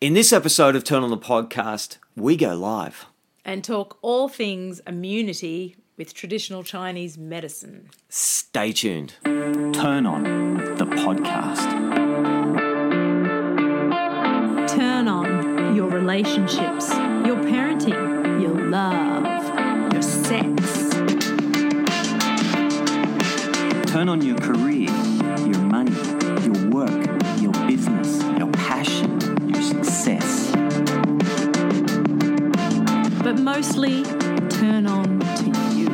In this episode of Turn On the Podcast, we go live. and talk all things immunity with traditional Chinese medicine. Stay tuned. Turn on the podcast. Turn on your relationships, your parenting, your love, your sex. Turn on your career, your money, your work, your business, your passion, your success. But mostly, turn on to you.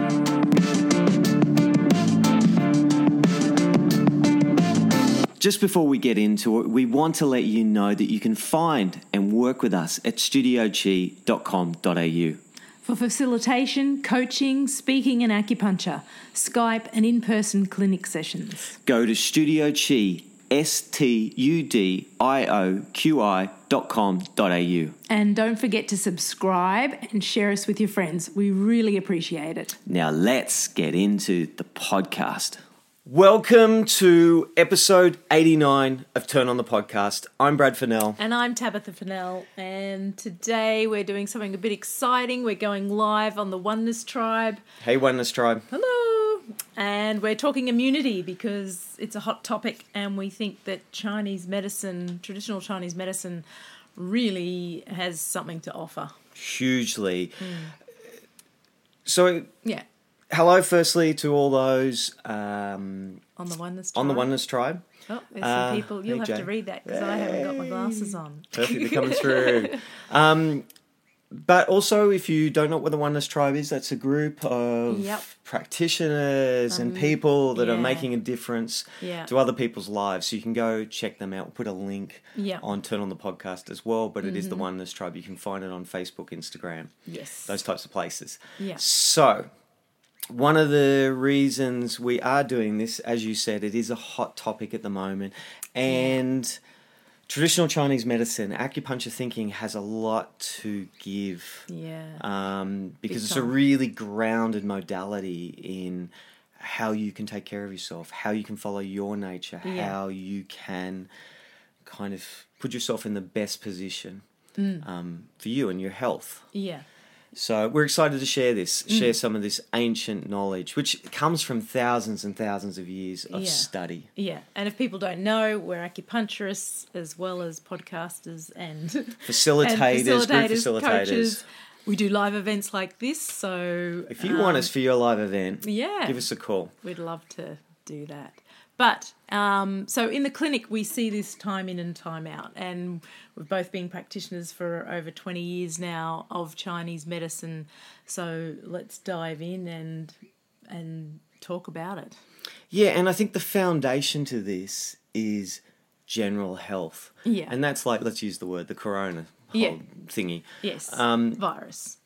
Just before we get into it, we want to let you know that you can find and work with us at studiochi.com.au. For facilitation, coaching, speaking, and acupuncture, Skype and in person clinic sessions. Go to studiochi, S T U D I O Q I dot com dot au. And don't forget to subscribe and share us with your friends. We really appreciate it. Now let's get into the podcast. Welcome to episode 89 of Turn On the Podcast. I'm Brad Fennell. And I'm Tabitha Fennell, and today we're doing something a bit exciting. We're going live on the Oneness Tribe. Hey, Wellness Tribe. Hello! And we're talking immunity because it's a hot topic, and we think that Chinese medicine, traditional Chinese medicine, really has something to offer. Hugely. So, Yeah, hello, firstly, to all those um, on the Oneness Tribe. on the Oneness Tribe. Oh, there's Uh, some people. You'll hey, have Jane. to read that because I haven't got my glasses on. Perfect, they're coming through. Um, but also, if you don't know what the Oneness Tribe is, that's a group of Yep. Um, practitioners and people that are yeah. making a difference Yeah. to other people's lives. So you can go check them out. We'll put a link Yeah. on Turn on the Podcast as well. But it is Mm-hmm. the Oneness Tribe. You can find it on Facebook, Instagram, Yes. those types of places. Yeah. So. One of the reasons we are doing this, as you said, it is a hot topic at the moment. And traditional Chinese medicine, acupuncture thinking has a lot to give Yeah. um, because it's a time. really grounded modality in how you can take care of yourself, how you can follow your nature, Yeah. how you can kind of put yourself in the best position Mm. um, for you and your health. yeah. So we're excited to share this, Mm. share some of this ancient knowledge, which comes from thousands and thousands of years of Yeah. study. Yeah, and if people don't know, we're acupuncturists as well as podcasters and Facilitators, and group facilitators. We do live events like this, so If you want us for your live event, Um, yeah. give us a call. we'd love to do that. But um, so in the clinic, we see this time in and time out, and we've both been practitioners for over 20 years now of Chinese medicine. So let's dive in and and talk about it. Yeah, and I think the foundation to this is general health. Yeah. And that's like, let's use the word, the corona whole Yeah. thingy. Yes, Um, virus.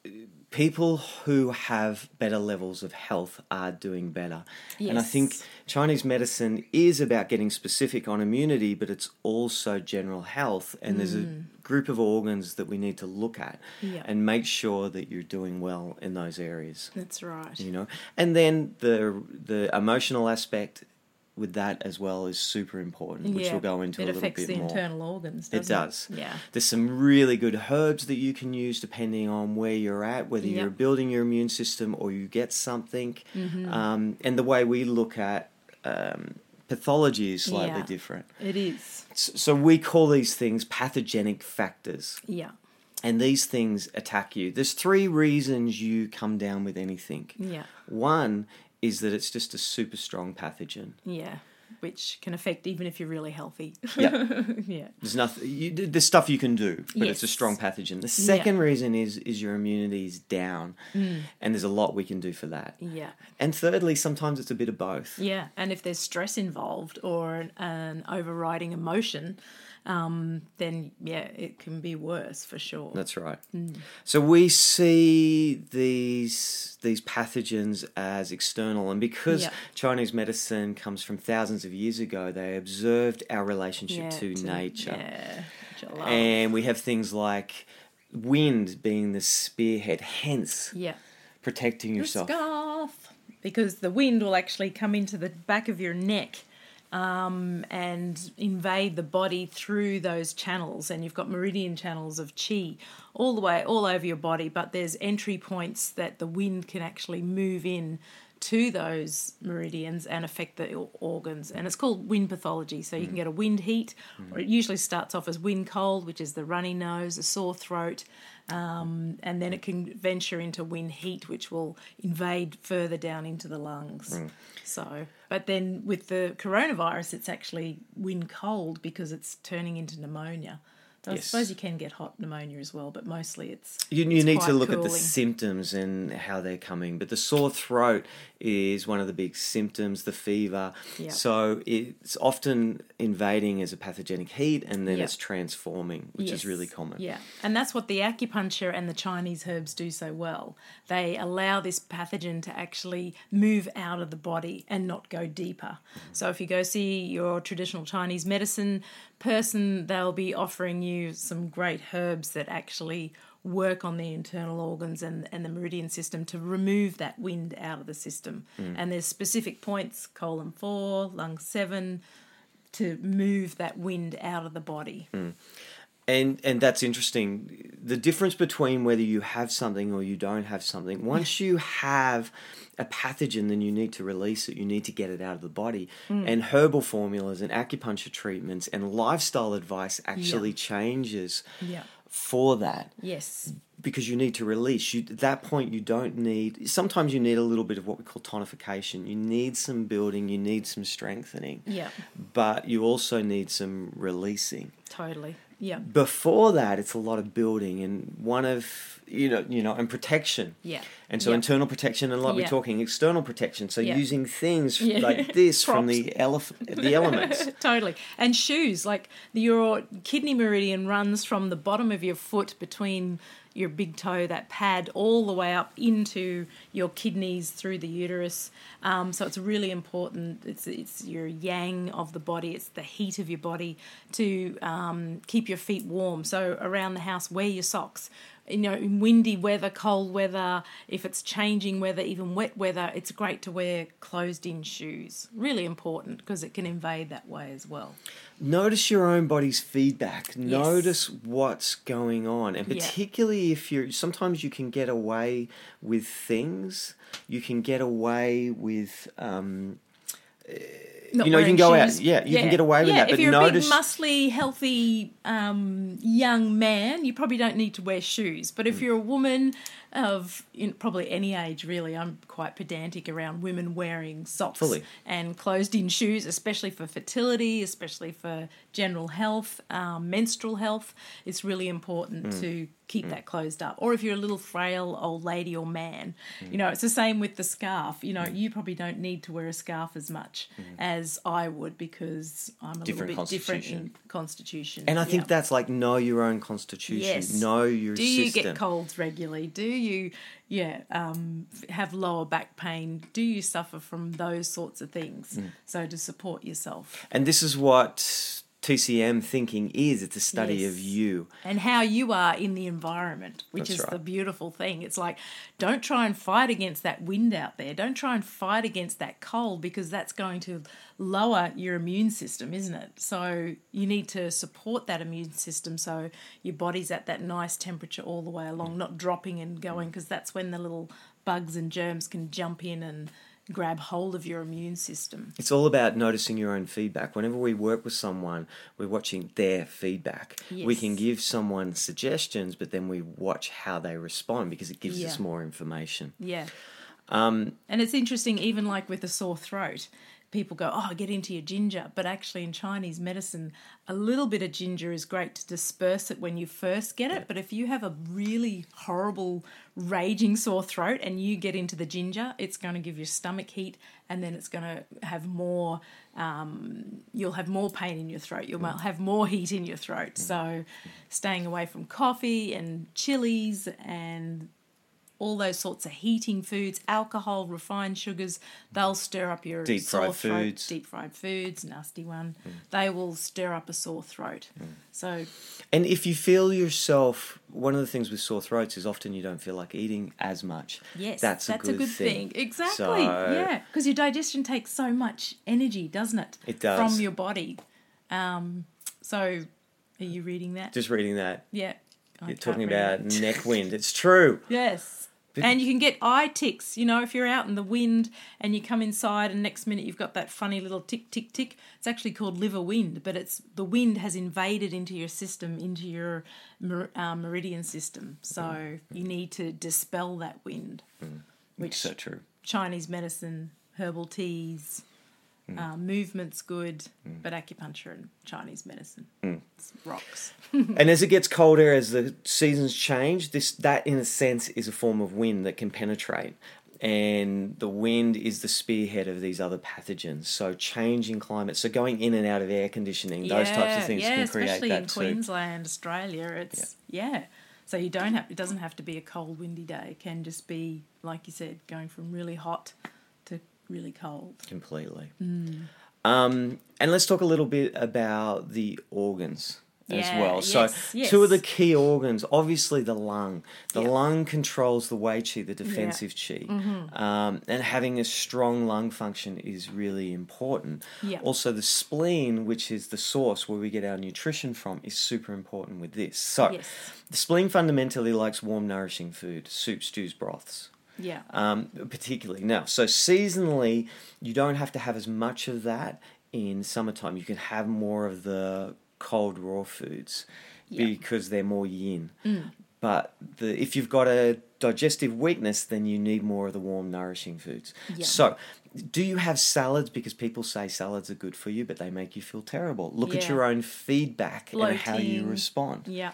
People who have better levels of health are doing better. And I think Yes. Chinese medicine is about getting specific on immunity, but it's also general health. And there's a group of organs that we need to look at Mm. Yeah. and make sure that you're doing well in those areas. That's right. you know and then the the emotional aspect with that as well is super important which we'll go into it a little affects bit the more internal organs. it Doesn't does Yeah. there's some really good herbs that you can use depending on where you're at whether you're Yep. building your immune system or you get something Mm-hmm. um, and the way we look at um, pathology is slightly Yeah. different It is. S- so we call these things pathogenic factors Yeah. and these things attack you there's three reasons you come down with anything Yeah. one is that it's just a super strong pathogen. Yeah. Which can affect even if you're really healthy. Yeah, yeah. there's nothing. You, there's stuff you can do, but it's a Yes. strong pathogen. The second reason is is your immunity is down, and there's a lot we can do for that. Mm. Yeah. And thirdly, sometimes it's a bit of both. Yeah. And if there's stress involved or an, an overriding emotion, um, then yeah, it can be worse for sure. That's right. Mm. So we see these these pathogens as external, and because Yeah. Chinese medicine comes from thousands of years ago, they observed our relationship yeah, to, to- nature. Yeah. Which I love. and we have things like wind being the spearhead, hence yeah. protecting yourself. Scarf. Because the wind will actually come into the back of your neck um, and invade the body through those channels. And you've got meridian channels of chi all the way, all over your body, but there's entry points that the wind can actually move in to those meridians and affect the or- organs. And it's called wind pathology. So you can get a wind heat, or it usually starts off as wind cold, which is the runny nose, a sore throat, um, and then it can venture into wind heat, which will invade further down into the lungs. So, but then with the coronavirus, it's actually wind cold because it's turning into pneumonia. So I Yes. suppose you can get hot pneumonia as well, but mostly it's You, you it's need to quite look at the cooling. symptoms and how they're coming, but the sore throat is one of the big symptoms, the fever. Yep. So it's often invading as a pathogenic heat and then Yep. it's transforming, which is Yes. really common. Yeah, and that's what the acupuncture and the Chinese herbs do so well. They allow this pathogen to actually move out of the body and not go deeper. So if you go see your traditional Chinese medicine person, they'll be offering you some great herbs that actually work on the internal organs and, and the meridian system to remove that wind out of the system. Mm. And there's specific points, colon four, lung seven, to move that wind out of the body. Mm. And and that's interesting. The difference between whether you have something or you don't have something. Once you have a pathogen, then you need to release it. You need to get it out of the body. Mm. And herbal formulas and acupuncture treatments and lifestyle advice actually changes Yeah. for that Yes. because you need to release. You, at that point, you don't need. Sometimes you need a little bit of what we call tonification. You need some building. You need some strengthening. Yeah. But you also need some releasing Totally. Yeah. before that it's a lot of building and one of you know you know and protection Yeah. and so Yeah. internal protection and like Yeah. we're talking external protection so Yeah. using things Yeah. like this from Props. the elephant the elements Totally. And shoes, like your kidney meridian runs from the bottom of your foot between your big toe, that pad, all the way up into your kidneys through the uterus. Um, so it's really important. It's it's your yang of the body. It's the heat of your body to um, keep your feet warm. So around the house, wear your socks. you know, in windy weather, cold weather, if it's changing weather, even wet weather, it's great to wear closed in shoes. Really important because it can invade that way as well. notice your own body's feedback notice what's going on and Yeah. particularly if you're sometimes you can get away with things you can get away with um Not You know, you wearing can go out- shoes. yeah, you can get away with yeah, that, If but you're notice- a big, muscly, healthy um, young man, you probably don't need to wear shoes. But Mm. if you're a woman of in probably any age, really, I'm quite pedantic around women wearing socks Fully. and closed-in shoes, especially for fertility, especially for general health, um, menstrual health. It's really important Mm. to keep that closed up. Or if you're a little frail old lady or man, Mm. you know, it's the same with the scarf. You know, you probably don't need to wear a scarf as much as I would because I'm a Mm. Different little bit different in constitution. constitution. and i think Yeah. that's like know your own constitution Yes. know your Do system you get colds regularly? Do you, yeah, um, f- have lower back pain? Do you suffer from those sorts of things? Mm. So to support yourself And this is what TCM thinking is it's a study of Yes. you. and how you are in the environment, which That's is the right. beautiful thing. It's like, don't try and fight against that wind out there. Don't try and fight against that cold because that's going to lower your immune system, isn't it? So you need to support that immune system so your body's at that nice temperature all the way along, not dropping and going because that's when the little bugs and germs can jump in and grab hold of your immune system. It's all about noticing your own feedback. Whenever we work with someone, we're watching their feedback. We Yes. can give someone suggestions, but then we watch how they respond because it gives Yeah. us more information. Yeah. and it's interesting, even like with a sore throat, people go, oh, get into your ginger. But actually, in Chinese medicine, a little bit of ginger is great to disperse it when you first get it. But if you have a really horrible, raging sore throat and you get into the ginger, it's going to give your stomach heat and then it's going to have more you'll have more pain in your throat. Mm. You'll have more heat in your throat. So, staying away from coffee and chilies and all those sorts of heating foods, alcohol, refined sugars. Theyey'll stir up your Mm. Deep fried sore throat. foods. Mm. Deep fried foods, nasty one. They will stir up a sore throat. So And if you feel yourself, one of the things with sore throats is often you don't feel like eating as much. yes, that's, a good thing. Exactly. yeah, because your digestion takes so much energy, doesn't it? It does. from your body. Um, so are you reading that? Just reading that, yeah. I you're can't talking read it. about neck wind. It's true. Yes. and you can get eye ticks, you know, if you're out in the wind and you come inside and next minute you've got that funny little tick, tick, tick. It's actually called liver wind, but it's the wind has invaded into your system, into your mer- uh, meridian system. So you need to dispel that wind, which So true. Chinese medicine, herbal teas, uh, movement's good, but acupuncture and Chinese medicine it's rocks. And as it gets colder, as the seasons change, this that in a sense is a form of wind that can penetrate. And the wind is the spearhead of these other pathogens. So changing climate, so going in and out of air conditioning, those types of things yeah, can create especially that in too. Queensland, Australia. It's yeah. So you don't have it doesn't have to be a cold, windy day. It can just be like you said, going from really hot to really cold. Completely. Um, and let's talk a little bit about the organs as Yeah, well. So, yes, yes. two of the key organs, obviously the lung. The Yeah. lung controls the Wei Qi, the defensive Qi. Mm-hmm. Um, and having a strong lung function is really important. Yeah. Also, the spleen, which is the source where we get our nutrition from, is super important with this. So, Yes. the spleen fundamentally likes warm, nourishing food, soup, stews, broths Yeah. um, particularly now. So seasonally, you don't have to have as much of that in summertime. You can have more of the cold raw foods because they're more yin. Mm. But the, if you've got a digestive weakness, then you need more of the warm, nourishing foods. Yeah. So, do you have salads? Because people say salads are good for you, but they make you feel terrible. Look at Yeah. your own feedback and how you Bloating. respond yeah.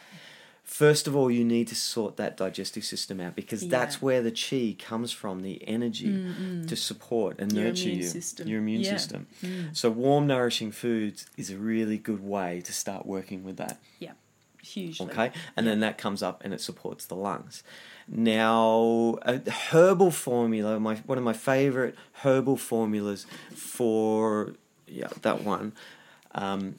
first of all, you need to sort that digestive system out because that's Yeah. Mm, where the chi comes from the energy to support and Your nurture immune you, system. your immune Yeah. Mm. system. So, warm, nourishing foods is a really good way to start working with that. Yeah. Hugely. Okay, and then that comes up and it supports the lungs. Now, a herbal formula, my one of my favorite herbal formulas for yeah that one. Um,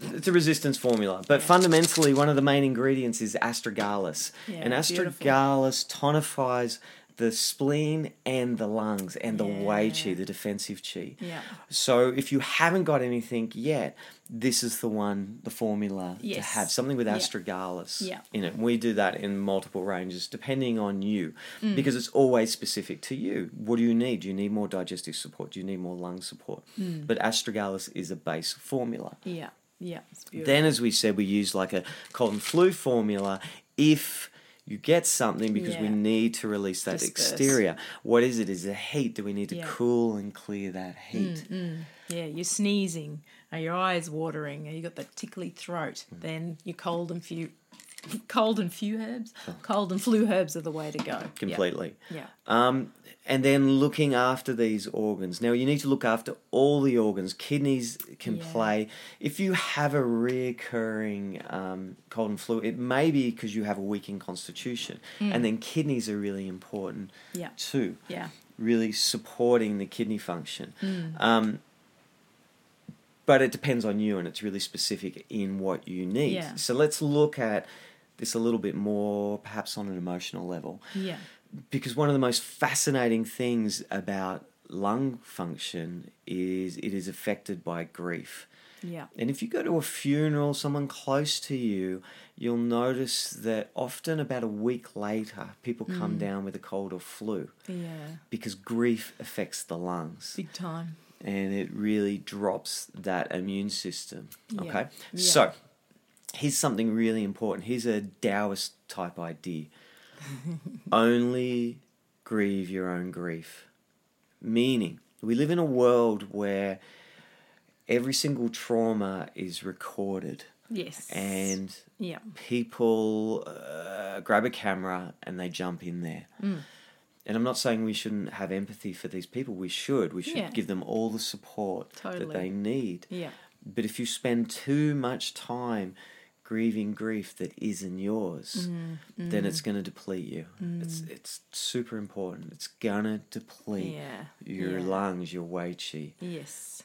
it's a resistance formula, but fundamentally, one of the main ingredients is astragalus, Yeah, and beautiful. astragalus tonifies the spleen and the lungs and the wei Yeah. qi, the defensive qi. Yeah. So if you haven't got anything yet, this is the one, the formula to Yes. have something with Yeah. astragalus Yeah. in it. We do that in multiple ranges depending on you Mm. because it's always specific to you. What do you need? Do you need more digestive support? Do you need more lung support? Mm. But astragalus is a base formula. Yeah. Yeah. It's beautiful. Then, as we said, we use like a cold and flu formula if you get something because we Yeah. need to release that Disperse. exterior. What is it? Is it heat? Do we need to Yeah. Mm, cool and clear that heat? yeah. You're sneezing. Are your eyes watering? Are you got that tickly throat? Hmm. Then you're cold and few. Cold and few herbs. Oh. Cold and flu herbs are the way to go. Yeah. Completely. Yeah. Um, and then looking after these organs. Now you need to look after all the organs. Kidneys can Yeah. play. If you have a reoccurring um, cold and flu, it may be because you have a weakened constitution, Hmm. and then kidneys are really important Yeah. too. Yeah. Really supporting the kidney function. Hmm. Um, but it depends on you, and it's really specific in what you need. Yeah. So let's look at this a little bit more, perhaps on an emotional level Yeah. because one of the most fascinating things about lung function is it is affected by grief. Yeah. And if you go to a funeral, someone close to you, you'll notice that often about a week later, people come down with a cold or flu Yeah. because grief affects the lungs Big time. and it really drops that immune system. Yeah. Okay, Yeah. so here's something really important. Here's a Taoist type idea only grieve your own grief. Meaning, we live in a world where every single trauma is recorded Yes. and yeah. people uh, grab a camera and they jump in there. Mm. And I'm not saying we shouldn't have empathy for these people. We should. We should Yeah. give them all the support that Totally. they need. Yeah. But if you spend too much time grieving grief that isn't yours, Mm, then it's going to deplete you. It's it's super important. It's going to deplete Yeah, your yeah. lungs, your wei qi, Yes,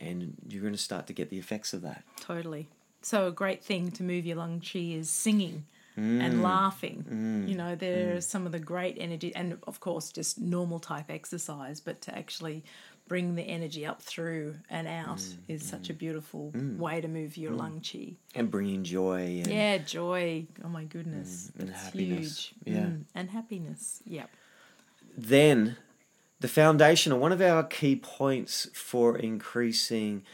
and you're going to start to get the effects of that. totally. So a great thing to move your lung chi is singing Mm. and laughing. You know, there are some of the great energy, and of course, just normal type exercise. But to actually bring the energy up through and out Mm. is such a beautiful way to move your lung chi. and bringing joy Mm. and Mm. Yeah, joy. Oh my goodness, and that's happiness. huge. Mm. Yeah. and happiness. Yep. then the foundational one of our key points for increasing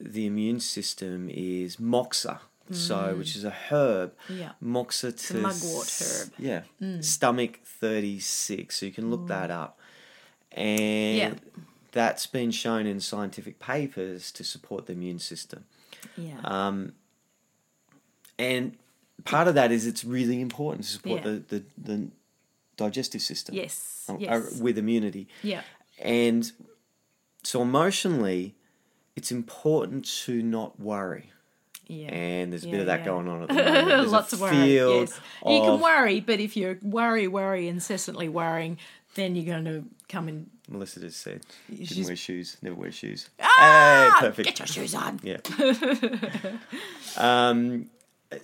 the immune system is moxa so which is a herb Yeah. moxa to Mm. a mugwort s- herb. Mm. yeah stomach 36 so you can look that up and Yeah. that's been shown in scientific papers to support the immune system Yeah. Uh, and part of that is it's really important to support Yeah. the, the, the digestive system yes. uh, uh, Yes. with immunity Yeah. And so emotionally, it's important to not worry. Yeah. And there's a bit Yeah, of that yeah. going on at the moment. There's a Lots of worry. field Yes. You can of- worry, but if you worry, worry, incessantly worrying, then you're going to come and Melissa just said, didn't She's- wear shoes, never wear shoes. ah, hey, perfect. get your shoes on. Yeah. um, uh,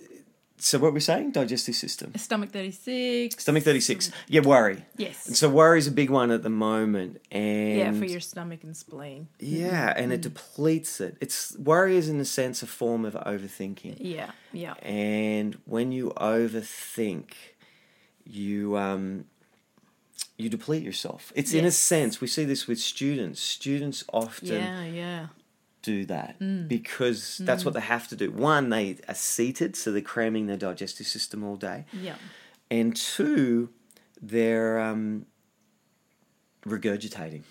so what we're saying, digestive system. Stomach 36. Stomach 36. Yeah, worry. And Yes. so worry is a big one at the moment. And Yeah, for your Mm-hmm. stomach and spleen. Yeah, and it depletes it. It's worry is in a sense a form of overthinking. Yeah. Yeah. and when you overthink you um you deplete yourself it's in a Yes. sense we see this with students students often Yeah. Mm. Yeah. do that because that's what they have to do one they are seated so they're cramming their digestive system all day Yeah. and two they're um regurgitating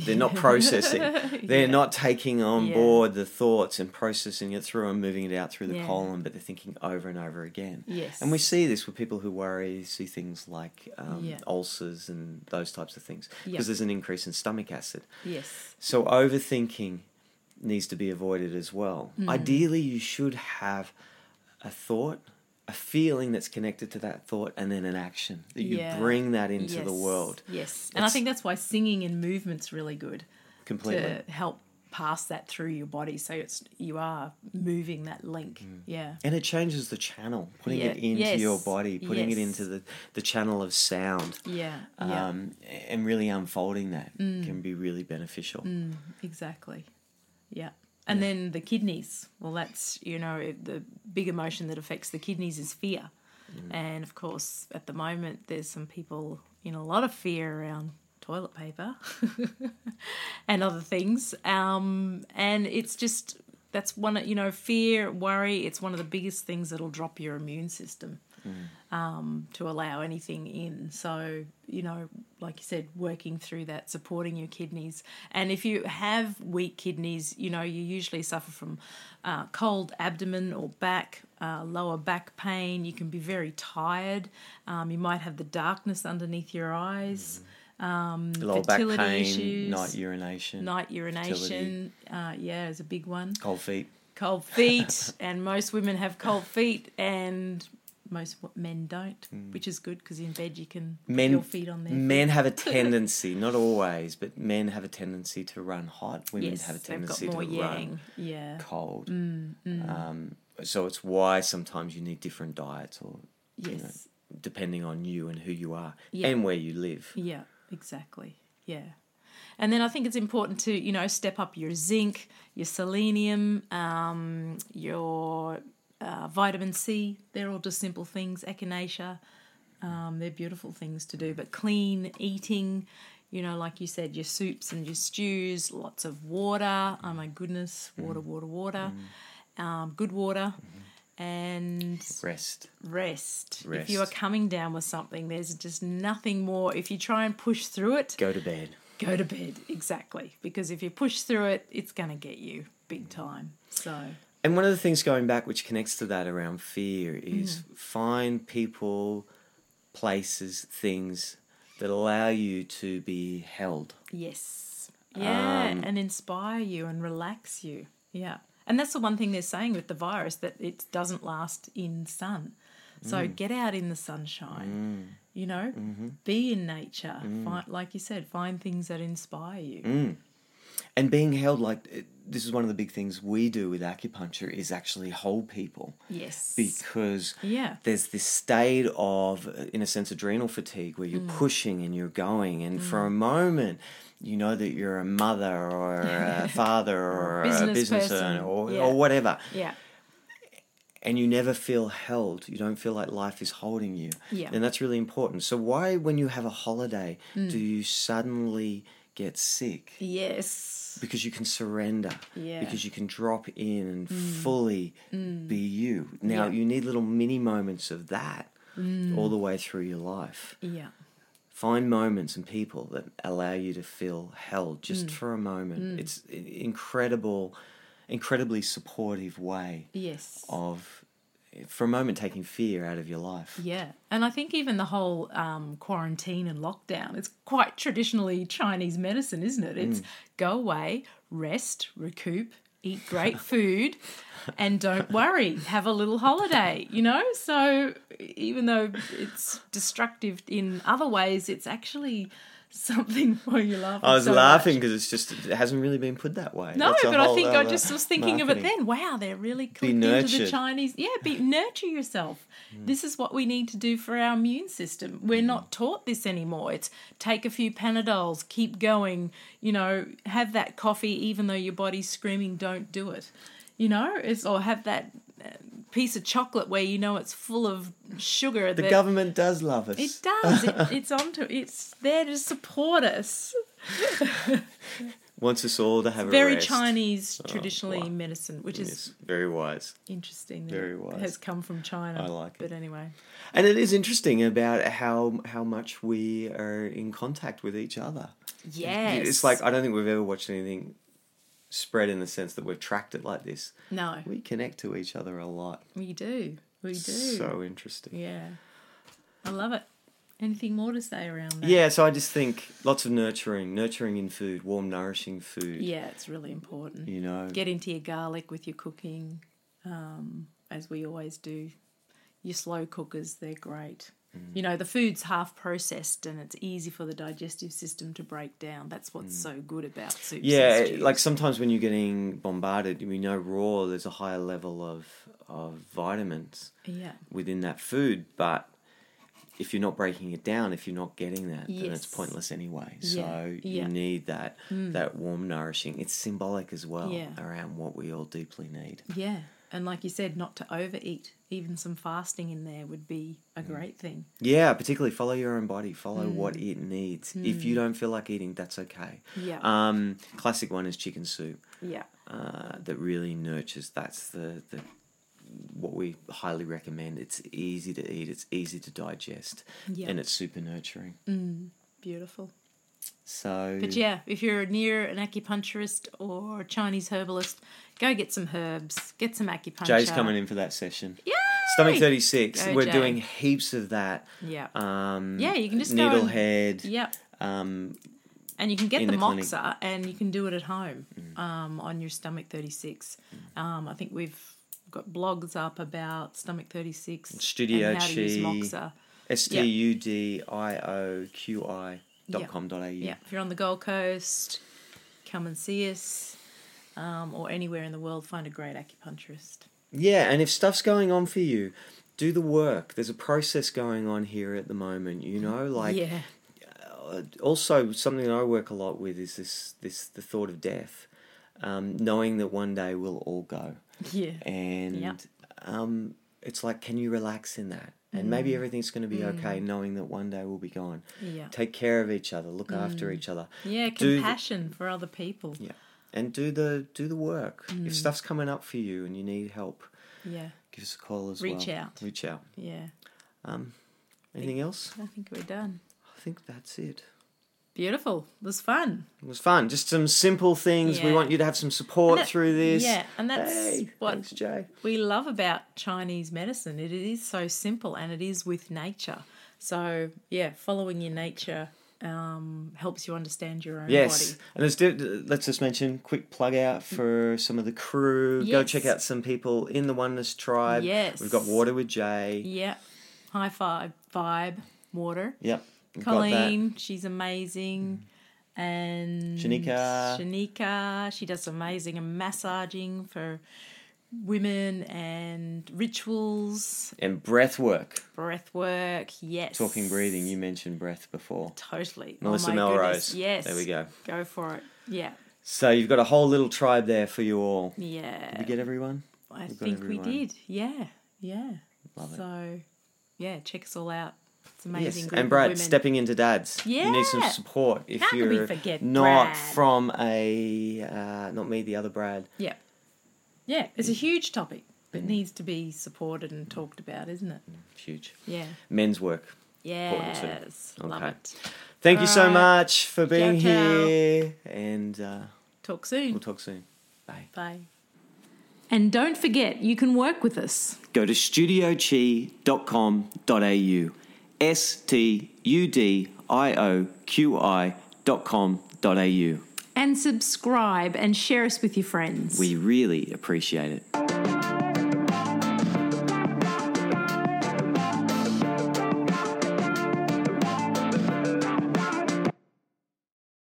they're not processing they're not taking on Yeah. board the thoughts and processing it through and moving it out through the Yeah. colon but they're thinking over and over again Yes. and we see this with people who worry see things like um, Yeah. ulcers and those types of things because Yeah. there's an increase in stomach acid Yes. so overthinking needs to be avoided as well. Mm. Ideally, you should have a thought, a feeling that's connected to that thought, and then an action that you Yeah. bring that into the Yes, world Yes. And I It's- think that's why singing and movement's really good completely. to help pass that through your body so it's you are moving that link. Mm. Yeah. And it changes the channel, putting it Yeah. into your Yes. body, putting it Yes. into the, the channel of sound, Yeah. Yeah. Mm. um, and really unfolding that can be really beneficial. Exactly. Yeah. And then the kidneys. Well, that's, you know, it- the big emotion that affects the kidneys is fear. And of course, at the moment, there's some people in a lot of fear around toilet paper and other things. Um, and it's just, that's one, of- you know, fear, worry, it's one of the biggest things that'll drop your immune system to allow anything in. So, you know, like you said, working through that, supporting your kidneys. And if you have weak kidneys, you know, you usually suffer from uh, cold abdomen or back, uh, lower back pain. You can be very tired. Um, you might have the darkness underneath your eyes, Mm-hmm. Low back fertility pain, issues, night urination, night urination. Uh, yeah, is a big one. cold feet. Cold feet. and most women have cold feet and. Most men don't, which is good because in bed you can put Mm. men your feet on there. men have a tendency, not always, but men have a tendency to run hot. Women yes, have a they've got tendency more to yang. Mm, run Yeah. cold. Um, so it's why sometimes you need different diets, or you know, Yes. depending on you and who you are Yeah. and where you live. Yeah, exactly. Yeah. And then I think it's important to, you know, step up your zinc, your selenium, um, your uh, vitamin C. They're all just simple things. Echinacea. Um, they're beautiful things to do. But clean eating, you know, like you said, your soups and your stews, lots of water. Oh my goodness, Mm. water, water, water. Um, good water. Mm-hmm. And Rest. rest. If Rest. you are coming down with something, there's just nothing more. If you try and push through it, Go to bed. go to bed. Exactly. Because if you push through it, it's going to get you big time. So, And one of the things going back, which connects to that around fear, is Mm. find people, places, things that allow you to be held. yes. Yeah. and inspire you and relax you. Yeah. And that's the one thing they're saying with the virus that it doesn't last in sun. So get out in the sunshine. You know, be in nature. Find, like you said, find things that inspire you. and being held like it- this is one of the big things we do with acupuncture is actually hold people Yes. because Yeah. there's this state of uh, in a sense adrenal fatigue where you're Mm. pushing and you're going and for a moment you know that you're a mother or a father or, a business business person. owner or, Yeah. or whatever yeah. and you never feel held. You don't feel like life is holding you. Yeah. Mm. And that's really important. So why when you have a holiday do you suddenly get sick? Yes. Because you can surrender. Yeah. Mm. Because you can drop in and fully be you. Now Yeah. Mm. you need little mini moments of that all the way through your life. Yeah. Find moments and people that allow you to feel held Mm. just for a moment. It's i- incredible incredibly supportive way Yes. of for a moment taking fear out of your life. Yeah, and I think even the whole um, quarantine and lockdown, it's quite traditionally Chinese medicine, isn't it? It's Mm. go away, rest, recoup, eat great food, and don't worry, have a little holiday, you know? So even though it's destructive in other ways, it's actually something for you love. I was so much. laughing because it's just it hasn't really been put that way. No, That's a but I whole think I other just was thinking of it marketing. then. Wow, they're really Be clicked into the nurtured. Hmm. Chinese. Yeah, be nurture yourself. This is what we need to do for our immune system. We're not taught this anymore. It's take a few Panadols, keep going. You know, have that coffee even though your body's screaming, don't do it. You know, it's or have that uh, piece of chocolate where you know it's full of sugar. The that, government does love us. It does. It, it's onto. It's there to support us. Wants us all to have a Very rest. Oh, Chinese traditionally wow. medicine, which is Yes, very wise. Interesting. That Very it wise. Has come from China. I like it. But anyway, And it is interesting about how how much we are in contact with each other. yes. It's like I don't think we've ever watched anything spread in the sense that we've tracked it like this. no, uh, We connect to each other a lot. we do, we do. So interesting. yeah, I love it. Anything more to say around that? Yeah, so I just think lots of nurturing, nurturing in food, warm, nourishing food. yeah, it's really important. You know, Get into your garlic with your cooking, um, as we always do. Your slow cookers, they're great. Mm. You know, the food's half processed and it's easy for the digestive system to break down. That's what's so good about soups. Mm. yeah, and stews. like sometimes when you're getting bombarded, we know raw. There's a higher level of of vitamins yeah, within that food, but if you're not breaking it down, if you're not getting that, then it's Yes. pointless anyway. Yeah, So yeah. you Mm. need that that warm, nourishing. It's symbolic as well Yeah. around what we all deeply need. Yeah. And like you said, not to overeat. Even some fasting in there would be a Mm. great thing. Yeah, particularly follow your own body, follow Mm. what it needs. If you don't feel like eating, that's okay. Yeah. Um, classic one is chicken soup. Yeah. uh, that really nurtures. That's the, the what we highly recommend. It's easy to eat. It's easy to digest, Yeah. and it's super nurturing. Beautiful. So But yeah, if you're near an acupuncturist or a Chinese herbalist, go get some herbs, get some acupuncture. Jay's coming in for that session. Yay! Stomach thirty six. Go, We're Jay. doing heaps of that. Yeah. Um, Yeah, you can just go and- needlehead. Yep. Um, And you can get In the, the clinic. Mm. moxa and you can do it at home um, on your stomach 36. Um, I think we've got blogs up about stomach 36 Studio and how to use Chi. moxa. S T U D I O Q I dot Yeah. com dot au. Yeah, if you're on the Gold Coast, come and see us, um, or anywhere in the world, find a great acupuncturist. Yeah, and if stuff's going on for you, do the work. There's a process going on here at the moment. You know, like yeah, uh, also something that I work a lot with is this this the thought of death, um, knowing that one day we'll all go, yeah, and Yeah. um, it's like can you relax in that, and maybe everything's going to be okay, knowing that one day we'll be gone. Mm. yeah, Mm. Take care of each other, look after each other, yeah. Do the- Compassion for other people. yeah, and do the do the work. Mm. If stuff's coming up for you and you need help, Yeah, give us a call as well. Reach out. Reach out. yeah. Anything else? I think we're done. I think that's it. Beautiful. It was fun. It was fun. Just some simple things. We Yeah. want you to have some support And that- through this. yeah, and that's what- Thanks, Jay. we love about Chinese medicine. It is so simple and it is with nature. So, yeah, following your nature um, helps you understand your own Yes, body. and let's do. Let's just mention quick plug out for some of the crew. Go Yes. check out some people in the Oneness Tribe. Yes. we've got Water with Jay. Yeah. High five, vibe, water. Yep, we've Colleen, she's amazing. And Shanika. Shanika, she does amazing and massaging for women and rituals, and breath work. breath work. Yes. Talking breathing. You mentioned breath before. Totally. Melissa oh my Melrose. Goodness. Yes. there we go. Go for it. Yeah. So you've got a whole little tribe there for you all. Yeah. Did we get everyone? I We've got think everyone. we did. Yeah. Yeah. Love it. so, yeah, check us all out. It's amazing. Yes, group and of Brad women. stepping into dads. you need some Yeah. support if How could you're we forget not Brad? from a uh, not me, the other Brad. Yeah. Yeah. It's a huge topic, but needs to be supported and talked about, isn't it? Huge Yeah. men's work. Important too. Yes. Love Okay. it. Thank you so Alright. much for being Ciao, ciao. here, and uh, Talk soon. we'll talk soon. Bye. Bye. And don't forget, you can work with us. Go to studiochi.com.au. S T U D I O Q I dot com dot au. And subscribe and share us with your friends. We really appreciate it.